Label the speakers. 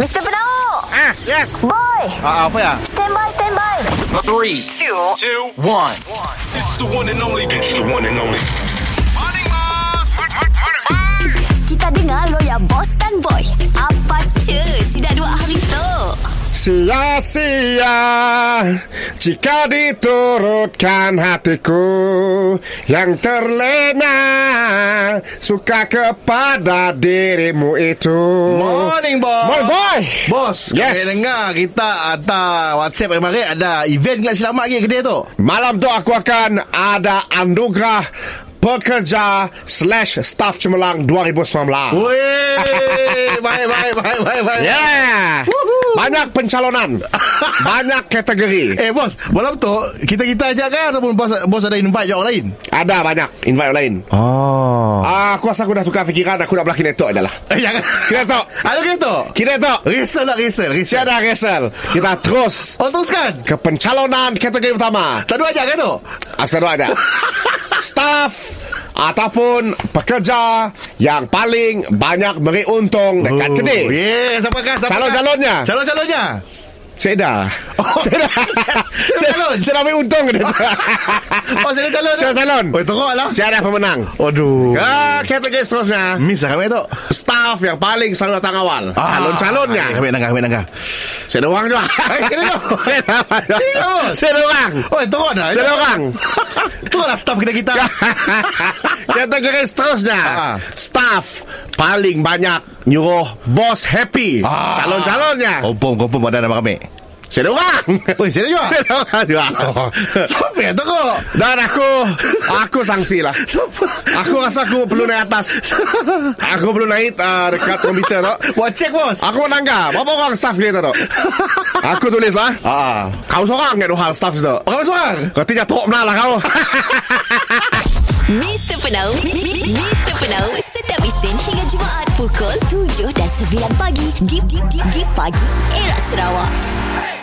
Speaker 1: Mr. Penau
Speaker 2: Ah, yes.
Speaker 1: Boy
Speaker 2: Ah, apa ya?
Speaker 1: Stand by, stand by
Speaker 3: Three, two, two, one. It's the one and only. It's the one and only.
Speaker 2: Morning, boss. Morning, morning, morning,
Speaker 1: Kita dengar lo ya Boss dan Boy Apa cuy Si dah dua hari tu
Speaker 4: Sia-sia Jika diturutkan hatiku Yang terlena Suka kepada dirimu itu
Speaker 2: Morning, boss.
Speaker 4: Morning boy
Speaker 2: Bos, yes.
Speaker 4: Yes.
Speaker 2: kami dengar kita hantar WhatsApp kemarin ada event gelap selamat lagi kedai tu.
Speaker 4: Malam tu aku akan ada anugerah Pekerja Slash Staff Cemerlang 2019
Speaker 2: Weh, baik, baik, baik, baik, baik.
Speaker 4: Ya. Yeah Banyak pencalonan Banyak kategori
Speaker 2: Eh bos, malam tu kita-kita ajak kan ataupun bos bos ada invite je orang lain?
Speaker 4: Ada banyak Invite orang lain
Speaker 2: Oh.
Speaker 4: Ah, Aku rasa aku dah tukar fikiran Aku nak belah kinetok je lah
Speaker 2: Eh, jangan.
Speaker 4: Kinetok
Speaker 2: Ada kinetok?
Speaker 4: Kinetok
Speaker 2: Resel lah, resel, resel.
Speaker 4: Saya dah resel Kita terus
Speaker 2: Oh, teruskan.
Speaker 4: Ke pencalonan kategori pertama
Speaker 2: Tak ada ajak kan tu?
Speaker 4: Asal ada Staff Ataupun Pekerja Yang paling Banyak beri untung Dekat
Speaker 2: Oh,
Speaker 4: kedai
Speaker 2: Yes, apa kan?
Speaker 4: Calon-calonnya.
Speaker 2: Calon-calonnya.
Speaker 4: Saya dah
Speaker 2: Oh.
Speaker 4: Saya dah
Speaker 2: Saya
Speaker 4: Saya
Speaker 2: calon.
Speaker 4: Saya dah beri untung kedai
Speaker 2: Oh, saya calon.
Speaker 4: Saya calon.
Speaker 2: Oh, teruk lah.
Speaker 4: Saya dah pemenang
Speaker 2: Aduh.
Speaker 4: Ah, kategori seterusnya
Speaker 2: Miss lah kami tu.
Speaker 4: Staff yang paling selalu datang awal
Speaker 2: Ah,
Speaker 4: Calon-calonnya
Speaker 2: Kami nangkah, kami nangkah.
Speaker 4: Saya ada orang juga
Speaker 2: Kena tu.
Speaker 4: Saya ada
Speaker 2: Serius?
Speaker 4: Saya ada orang
Speaker 2: Oh, teruk dah.
Speaker 4: Saya ada orang Ya.
Speaker 2: Teruk lah staff kedai kita.
Speaker 4: Kategori seterusnya
Speaker 2: Ha.
Speaker 4: Staff Paling banyak Nyuruh Bos happy
Speaker 2: Ah.
Speaker 4: Calon-calonnya
Speaker 2: Kompom, kompom pada nama kami.
Speaker 4: Saya ada orang
Speaker 2: Oi, saya ada juga.
Speaker 4: Saya ada orang juga
Speaker 2: Oh. Siapa yang teruk?
Speaker 4: Dan aku Aku sanksi lah
Speaker 2: Siapa?
Speaker 4: Aku rasa aku perlu naik atas Aku perlu naik uh, Dekat komputer tu
Speaker 2: Buat check, bos.
Speaker 4: Aku menanggar Berapa orang staff dia tu Aku tulis lah
Speaker 2: Ah.
Speaker 4: Kau seorang yang hal staff tu
Speaker 2: Orang seorang.
Speaker 4: Kau tidak teruk benar lah kau
Speaker 1: Mr. Penau Mi- Mi- Mi- Mr. Penau Setiap Isnin hingga Jumaat Pukul 7 dan 9 pagi Di, di, di, di pagi Era Sarawak